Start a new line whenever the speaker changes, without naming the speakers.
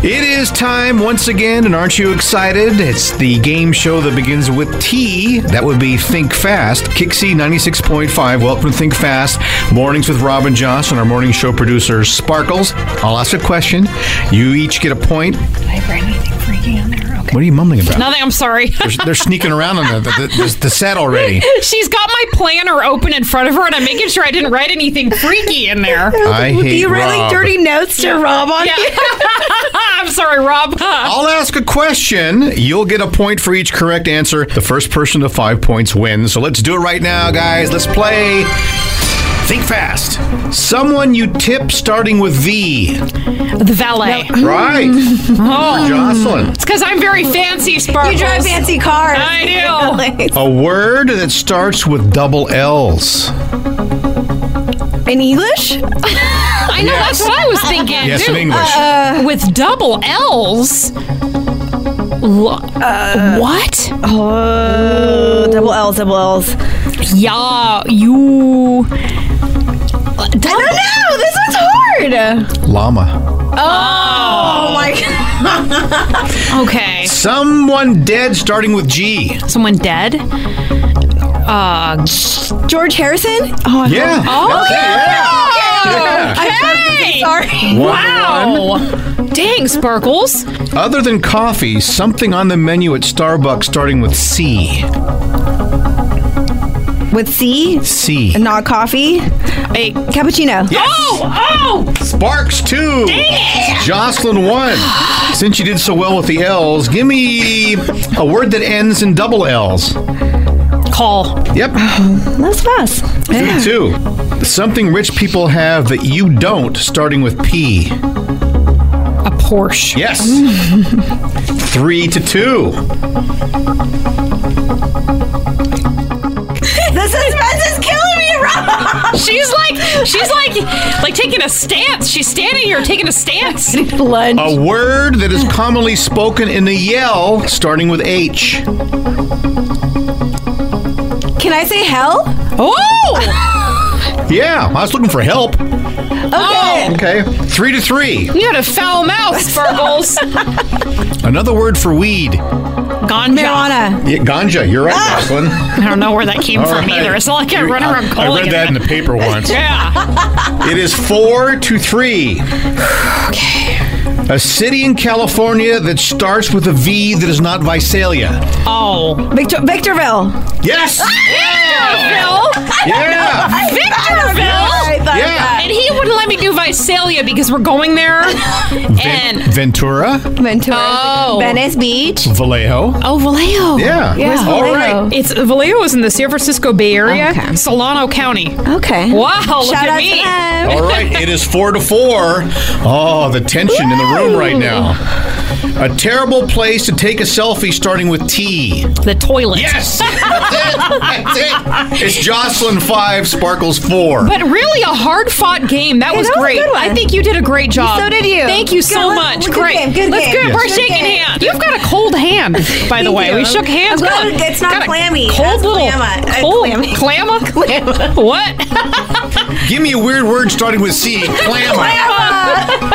It is time once again, and aren't you excited? It's the game show that begins with T. That would be Think Fast. Kixie 96.5. Welcome to Think Fast. Mornings with Robin Johnson, our morning show producer, Sparkles. I'll ask a question. You each get a point.
Did I bring anything freaky on there? Okay.
What are you mumbling about?
Nothing. I'm sorry.
They're, they're sneaking around on the, the, the, the set already.
She's got my planner open in front of her, and I'm making sure I didn't write anything freaky in there.
I
Do
hate
you write
Rob.
like dirty notes to Rob on
Yeah.
here?
I'm sorry, Rob.
I'll ask a question. You'll get a point for each correct answer. The first person to five points wins. So let's do it right now, guys. Let's play. Think fast. Someone you tip starting with V.
The valet.
Right.
Mm. Oh.
For Jocelyn.
It's because I'm very fancy, Sparkles.
You drive fancy cars.
I do.
A word that starts with double L's.
In English?
I know.
Yes.
That's what I was thinking.
Yes,
too.
in English.
With double L's. Lo-
Uh,
what?
Oh, double L's, double L's.
Yeah, you. uh, Double-
No, this one's hard.
Llama.
Oh my god.
okay.
Someone dead starting with G.
Someone dead? Uh,
George Harrison? Oh, I
Yeah.
Oh,
that's it, yeah.
I'm
okay.
One,
sorry.
one.
Wow. Dang, Sparkles.
Other than coffee, something on the menu at Starbucks starting with C.
With C?
C.
Not coffee.
Hey.
Cappuccino.
Yes.
Oh, oh!
Sparks two. Jocelyn one. Since you did so well with the L's, give me a word that ends in double L's.
Call.
Yep.
That's fast.
Three two. Something rich people have that you don't, starting with P.
A Porsche.
Yes. Three to two.
This suspense is killing me, Rob.
She's like, she's like, like taking a stance. She's standing here taking a stance.
Lunch.
A word that is commonly spoken in a yell, starting with H.
Can I say hell?
Oh!
Yeah, I was looking for help.
Oh!
Okay. Three to three.
You had a foul mouth, Sparkles.
Another word for weed.
Gone
Marijuana.
Yeah, ganja. You're right, Jocelyn.
I don't know where that came
All
from
right.
either. It's not like I run around
I
calling
read
it
that in the paper once.
Yeah.
It is four to three. Okay. A city in California that starts with a V that is not Visalia.
Oh.
Victor- Victorville.
Yes!
Ah, Victorville.
Yeah!
Victorville.
I thought
Yeah.
And he wouldn't let me do Visalia because we're going there.
Ven-
and
Ventura,
Ventura.
Oh.
Venice Beach.
Vallejo.
oh, Vallejo.
Yeah.
Where's
All
Vallejo?
right.
It's Vallejo is in the San Francisco Bay Area,
Okay.
Solano County.
Okay.
Wow, look
Shout
at
out
me.
to them.
All right. It is four to four. Oh, the tension in the room right now. A terrible place to take a selfie starting with T.
The toilet.
Yes! That's it! That's it! It's Jocelyn 5, Sparkles 4.
But really, a hard fought game. That was
that was a
great.
good one.
I think you did a great job.
So did you.
Thank you
Good,
so
let's-
much.
good
great.
game, good
Let's
game.
good. We're
Good
shaking
game.
hands. You've got a cold hand, by the way.
you.
We shook hands.
I'm glad
Good.
it's not
Got a
clammy.
Cold
That's
little.
clamma. Uh,
Cold.
clammy.
Clamma. Clamma. What?
Give me a weird word starting with C. Clamor.